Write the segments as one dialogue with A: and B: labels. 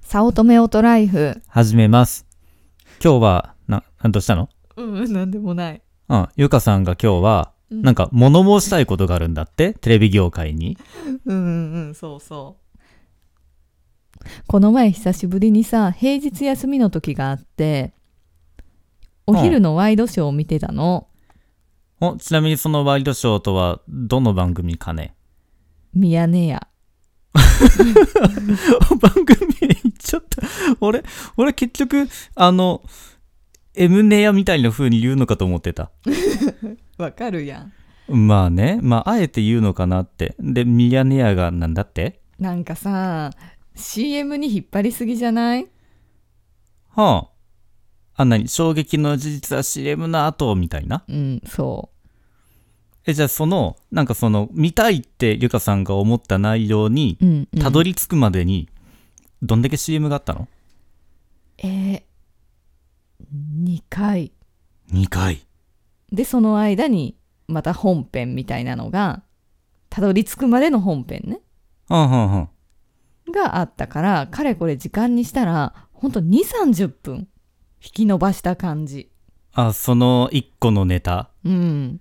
A: 早乙女オトライフ。
B: 始めます。今日は、な、などうしたの
A: うん、なんでもない。
B: うん。ゆかさんが今日は、
A: うん
B: なんか物申したいことがあるんだって、テレビ業界に。
A: うんうん、そうそう。この前久しぶりにさ、平日休みの時があって、お昼のワイドショーを見てたの。
B: おちなみにそのワイドショーとは、どの番組かね
A: ミヤネ屋。
B: 番組で言っちゃった。俺、俺結局、あの、エムネアみたいな風に言うのかと思ってた。
A: わかるやん。
B: まあね、まあ、あえて言うのかなって。で、ミヤネアがなんだって
A: なんかさ、CM に引っ張りすぎじゃない
B: はあ。あんなに、衝撃の事実は CM の後、みたいな。
A: うん、そ
B: え、じゃあその、なんかその、見たいってゆかさんが思った内容に
A: う。、うん、うん。
B: たどり着くまでに、どんだけ CM があったの
A: えー、2回。
B: ?2 回。
A: でその間にまた本編みたいなのがたどり着くまでの本編ね
B: うんうんうん。
A: があったからかれこれ時間にしたらほんと2 3 0分引き伸ばした感じ
B: あ、その1個のネタ。
A: うん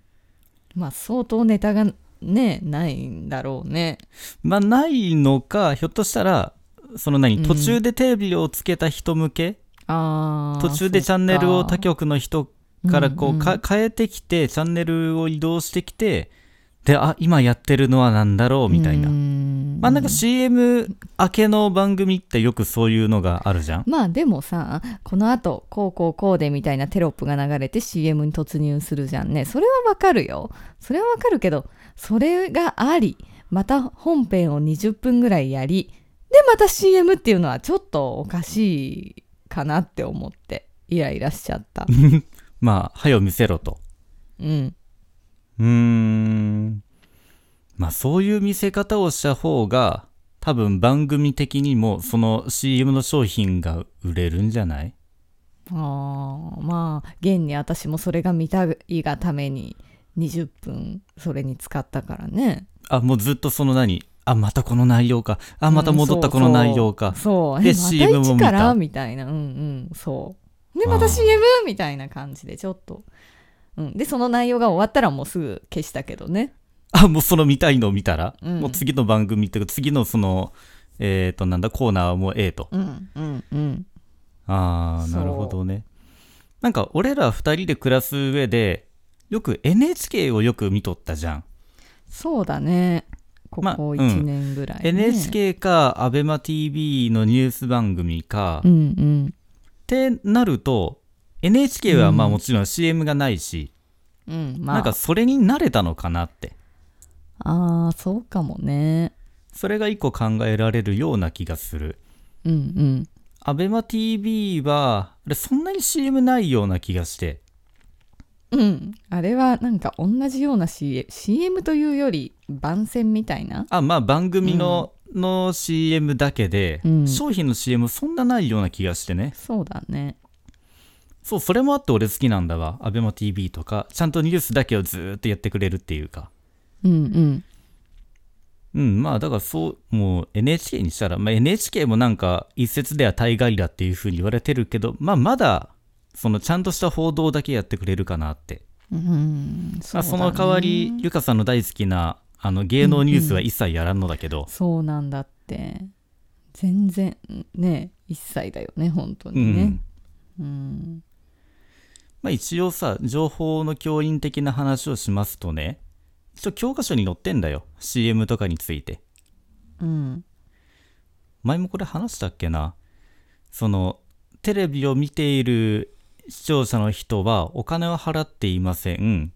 A: まあ相当ネタがねないんだろうね
B: まあ、ないのか、ひょっとしたら、その何、
A: うん
B: 途中でテレビをつけた人向け
A: あー
B: 途中でチャンネルを
A: そ
B: 他
A: っ
B: 局の人からこう、
A: うんうん
B: か変えてきて、チャンネルを移動してきて、で、あ、今やってるのは何だろうみたいな。
A: うん
B: まあなんか CM 明けの番組ってよくそういうのがあるじゃん。
A: まあでもさこのあとこうこうこうでみたいなテロップが流れて CM に突入するじゃんねそれはわかるよそれはわかるけどそれがありまた本編を20分ぐらいやりでまた CM っていうのはちょっとおかしいかなって思ってイライラしちゃった
B: まあ、はよ見せろと。
A: うん
B: うーん。まあそういう見せ方をした方が、多分番組的にもその CM の商品が売れるんじゃない
A: あーまあ現に私もそれが見たいがために20分それに使ったからね
B: あ、もうずっとその何あ、またこの内容か。あ、また戻ったこの内容か。
A: そう。
B: で
A: えまた
B: CM も
A: 一
B: 見
A: か
B: た
A: らみたいな。うんうん。そう。で、ま
B: あ
A: た
B: ー
A: CM? みたいな感じで、ちょっと。うん、で、その内容が終わったらもうすぐ消したけどね。
B: あ、もうその見たいのを見たら、
A: うん
B: もう次の番組っていうか、次のその、えっ、と、なんだ、コーナーはもうええと。
A: うんうんうん。
B: ああ、
A: そう
B: なるほどね。なんか、俺ら二人で暮らす上で、よく NHK をよく見とったじゃん。
A: そうだね。こ
B: まあ
A: こ
B: う
A: 1
B: ん
A: 年ぐらい、ね
B: NHK か、アベマ t v のニュース番組か、
A: う
B: っ
A: んうん。
B: てなると、NHK はまあ
A: うん
B: もちろん CM がないし、
A: うん、まあ。
B: なんかそれに慣れたのかなって。
A: ああ、そうかもね。
B: それが一個考えられるような気がする。
A: うんうん。
B: アベマ t v は、あれそんなに CM ないような気がして。
A: うん、あれはなんか同じような CM, CM というより番宣みたいな
B: あ、まあ番組の、の CM だけで、
A: うん
B: 商品の CM そんなないような気がしてね。
A: そうだね
B: そう、それもあって俺好きなんだわ。アベマ t v とか、ちゃんとニュースだけをずーっとやってくれるっていうか。
A: うんうん
B: うん、まあだからそう、もう NHK にしたら、まあ NHK もなんか一説では大概だっていうふうに言われてるけど、まあまだ、そのちゃんとした報道だけやってくれるかなって。
A: うんそ
B: まあ、その代わり、ゆかさんの大好きなあの芸能ニュースは一切やらんのだけど、
A: そうなんだって全然ね一切だよね本当
B: うん
A: にねうん
B: まあ、一応さ、情報の教員的な話をしますとね、一応教科書に載ってんだよ、CM とかについて。
A: うん
B: 前もこれ話したっけな、そのテレビを見ている視聴者の人はお金を払っていません。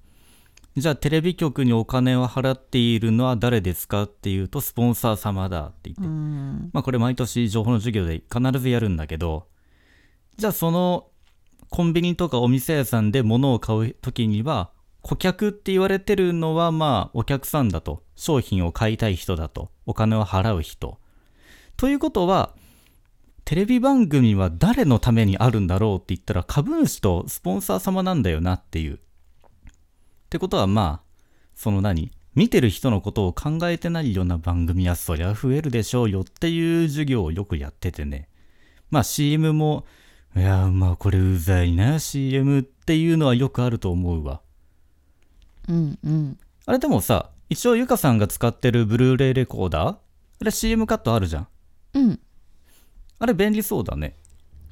B: じゃあテレビ局にお金を払っているのは誰ですかっていうとスポンサー様だって言って、
A: うん
B: まあこれ毎年情報の授業で必ずやるんだけど、じゃあそのコンビニとかお店屋さんで物を買う時には、顧客って言われてるのはまあお客さんだと、商品を買いたい人だと、お金を払う人。ということは、テレビ番組は誰のためにあるんだろうって言ったら株主とスポンサー様なんだよなっていう。ってことはまあ、その何見てる人のことを考えてないような番組はそりゃ増えるでしょうよっていう授業をよくやっててね。まあ CM も、いや、まあこれうざいな、CM っていうのはよくあると思うわ。
A: うんうん
B: あれでもさ、一応ゆかさんが使ってるブルーレイレコーダーあれ CM カットあるじゃん。
A: うん
B: あれ便利そうだね。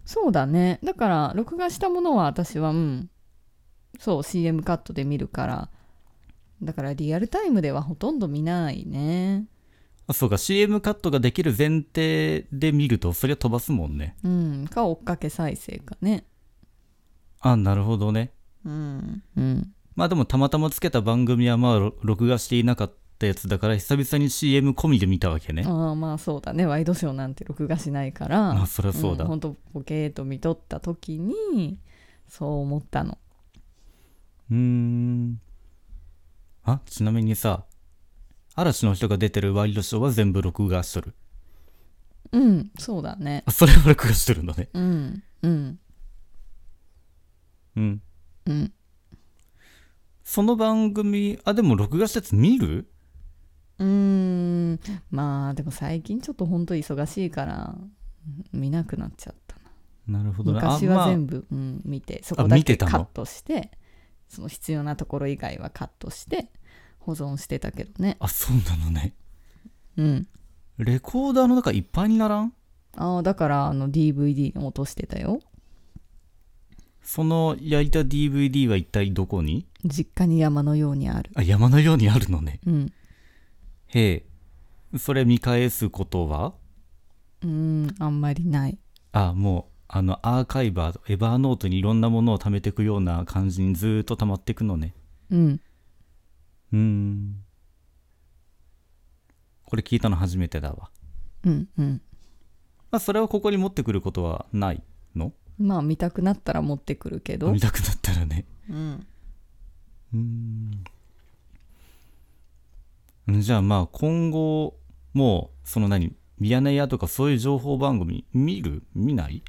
A: そうだねだから録画したものは私はうんそう CM カットで見るからだからリアルタイムではほとんど見ないね
B: あ、そうか、CM カットができる前提で見ると、そりゃ飛ばすもんね。
A: うんか追っかけ再生かね
B: あ、なるほどね。
A: うんうん
B: まあでもたまたまつけた番組はまあろ録画していなかったやつだから久々に CM 込みで見たわけね。
A: ああまあそうだねワイドショーなんて録画しないか
B: あ、
A: ら
B: そりゃそうだ。
A: ん、ほんとボケーっと見とった時にそう思ったの
B: うーん。あ、ちなみにさ、嵐の人が出てるワイドショーは全部録画しとる。
A: うんそうだね
B: あ、それは録画しとるのね。
A: うんうん
B: うん。
A: うん
B: その番組、あ、でも録画したやつ見る
A: うーんまあでも最近ちょっとほんと忙しいから見なくなっちゃったな
B: なるほどね。あ
A: 昔は
B: まあ
A: 全部、うん、見てそこだ
B: 見て
A: け
B: たの
A: カットしてその必要なところ以外はカットして保存してたけどね
B: あ、そうなのね。
A: うん
B: レコーダーの中いっぱいにならん
A: ああだからあの DVD 落としてたよ
B: その焼いた DVD は一体どこに
A: 実家に山のようにある
B: あ、山のようにあるのね。
A: うん
B: へえ。それ見返すことは
A: うーんあんまりない
B: あ、もう、あの、アーカイバーと、エバーノートにいろんなものを貯めていくような感じにずーっと溜まっていくのね。
A: うん
B: うーん。これ聞いたの初めてだわ。
A: うんうん
B: まあ、それをここに持ってくることはないの
A: まあ見たくなったら持ってくるけど
B: 見たくなったらね。
A: うん
B: うーん。じゃあまあ、今後、もう、その何、ミヤネ屋とかそういう情報番組見る見ない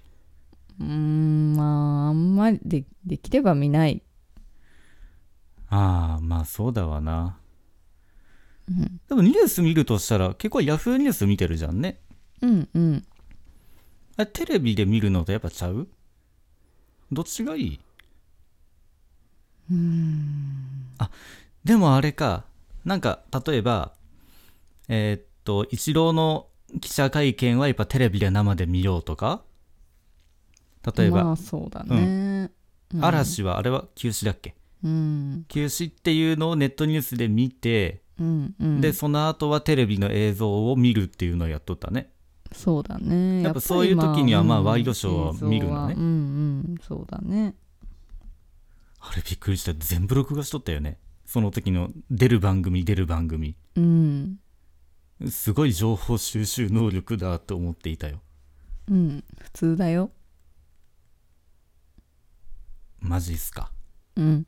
B: う
A: ーんまああんまりでできれば見ない
B: ああ、まあそうだわな。
A: うん
B: でもニュース見るとしたら、結構ヤフーニュース見てるじゃんね。
A: うんうん
B: あれテレビで見るのとやっぱちゃうどっちがいいうあでもあれかなんか例えばえーっとイチローの記者会見はやっぱテレビで生で見ようとか例えば、
A: まあそうだね、うん
B: 嵐はあれは休止だっけ
A: うん
B: 休止っていうのをネットニュースで見て、
A: うんうん
B: でその後はテレビの映像を見るっていうのをやっとったね
A: そうだね
B: やっぱ
A: り
B: そういう時にはまあ
A: うん
B: ワイドショーは見るのね
A: 映像はうんうんそうだね
B: あれびっくりした全部録画しとったよねその時の出る番組出る番組
A: うん
B: すごい情報収集能力だと思っていたよ
A: うん普通だよ
B: マジっすか
A: うん